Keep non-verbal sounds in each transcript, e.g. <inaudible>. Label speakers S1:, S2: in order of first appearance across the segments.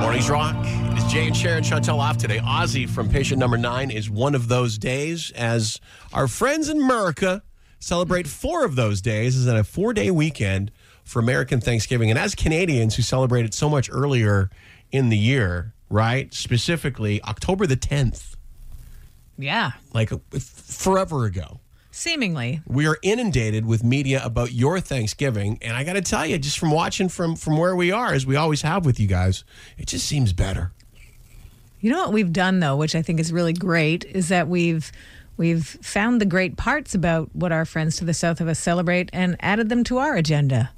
S1: Mornings Rock. It is Jay and Sharon Chantel off today. Ozzy from patient number nine is one of those days as our friends in America celebrate four of those days is at a four day weekend for American Thanksgiving. And as Canadians who celebrate it so much earlier in the year, right? Specifically October the 10th,
S2: Yeah,
S1: like forever ago.
S2: seemingly.
S1: we are inundated with media about your Thanksgiving, and I got to tell you, just from watching from from where we are, as we always have with you guys, it just seems better.
S2: You know what we've done though, which I think is really great, is that we've we've found the great parts about what our friends to the south of us celebrate and added them to our agenda.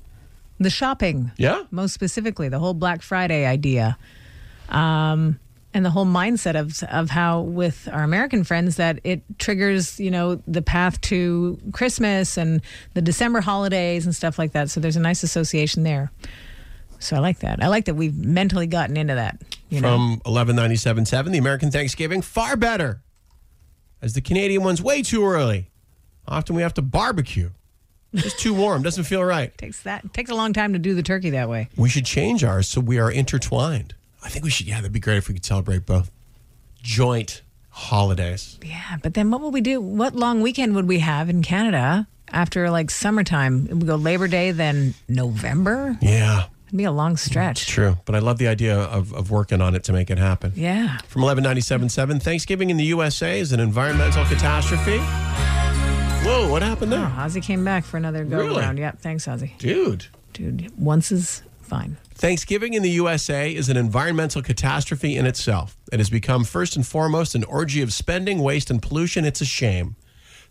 S2: The shopping.
S1: Yeah.
S2: Most specifically, the whole Black Friday idea. Um and the whole mindset of of how with our American friends that it triggers, you know, the path to Christmas and the December holidays and stuff like that. So there's a nice association there. So I like that. I like that we've mentally gotten into that. You know?
S1: From eleven ninety seven seven, the American Thanksgiving far better, as the Canadian one's way too early. Often we have to barbecue. It's too warm. Doesn't feel right.
S2: Takes that takes a long time to do the turkey that way.
S1: We should change ours so we are intertwined. I think we should. Yeah, that'd be great if we could celebrate both joint holidays.
S2: Yeah, but then what will we do? What long weekend would we have in Canada after like summertime? We go Labor Day, then November.
S1: Yeah,
S2: It'd be a long stretch.
S1: true. But I love the idea of of working on it to make it happen.
S2: Yeah.
S1: From 1197.7, Thanksgiving in the USA is an environmental catastrophe. Whoa, what happened
S2: Oh,
S1: there?
S2: Ozzy came back for another go
S1: Really?
S2: around. Yep. Thanks, Ozzy.
S1: Dude.
S2: Dude, once is fine.
S1: Thanksgiving in the USA is an environmental catastrophe in itself. It has become first and foremost an orgy of spending, waste, and pollution. It's a shame.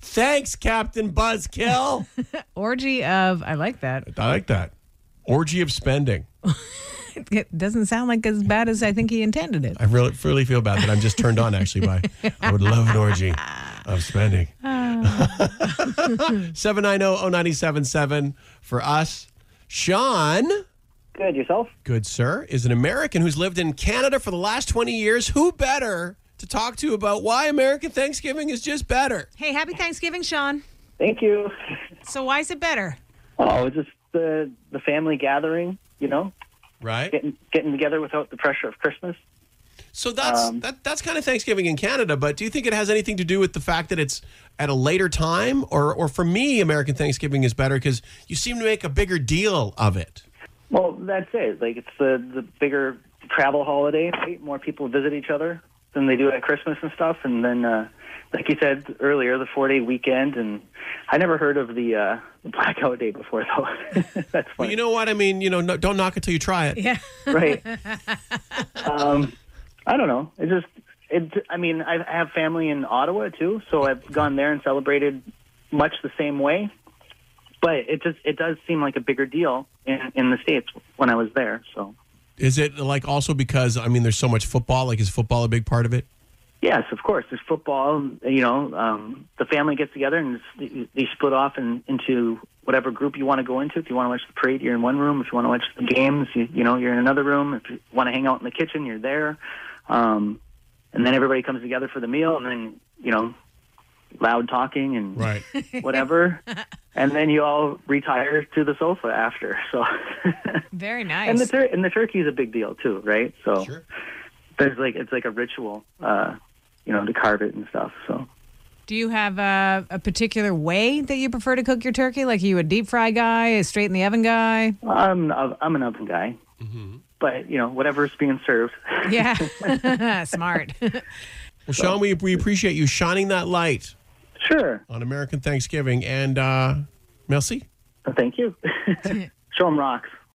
S1: Thanks, Captain Buzzkill.
S2: Orgy of I like that.
S1: <laughs> I like that. Orgy of spending.
S2: It doesn't sound like as bad as I think he intended it.
S1: I really, really feel bad that I'm just turned on actually by I would love an orgy of spending. oh, 790-0977 for us. Sean,
S3: Good yourself.
S1: good sir, is an American who's lived in Canada for the last 20 years. Who better to talk to about why American Thanksgiving is just better?
S2: Hey, happy Thanksgiving, Sean.
S3: Thank you.
S2: So why is it better?
S3: Oh, it's just the the family gathering. You know,
S1: Right?
S3: getting getting together without the pressure of Christmas.
S1: So that's
S3: Um,
S1: that, that's kind of Thanksgiving in Canada, but do you think it has anything to do with the fact that it's at a later time or or for me American Thanksgiving is better cuz you seem to make a bigger deal of it?
S3: Well, that's it. Like it's the the bigger travel holiday. Right? More people visit each other than they do at Christmas and stuff. And then, uh, like you said earlier, the four day weekend. And I never heard of the uh, the blackout day before, though. <laughs> that's funny.
S1: Well, you know what I mean. You know, no, don't knock it till you try it.
S2: Yeah. <laughs>
S3: right? um, I don't know. It just, it. I mean, I I have family in Ottawa too, so I've gone there and celebrated much the same way. But it just, it does seem like a bigger deal in, in the states when I was there. So
S1: Is it like also because I mean, there's so much football. Like, is football a big part of it?
S3: yes, of course, there's football. You know, um, the family gets together and s- they split off in, into whatever group you want to go into. If you want to watch the parade, you're in one room. If you want to watch the games, you, you know, you're in another room. If you want to hang out in the kitchen, you're there. Um, and then everybody comes together for the meal, and then you know, loud talking
S1: <laughs>
S3: and
S1: Right.
S3: whatever. and then you all retire to the sofa after. So,
S2: Very nice.
S3: <laughs> and the tur- and the turkey is a big deal too, right? So
S1: Sure.
S3: there's like it's like a ritual, uh, you know, to carve it and stuff. So
S2: Do you have a, a particular way that you prefer to cook your turkey? Like, are you a deep fry guy, a straight in the oven guy?
S3: I'm an- I'm an oven guy, but you know, whatever's being served. <laughs>
S2: Yeah, <laughs> smart.
S1: Well, Sean, we we appreciate you shining that light
S3: Sure,
S1: on American Thanksgiving, and uh, merci.
S3: thank you. <laughs> Show 'em rocks.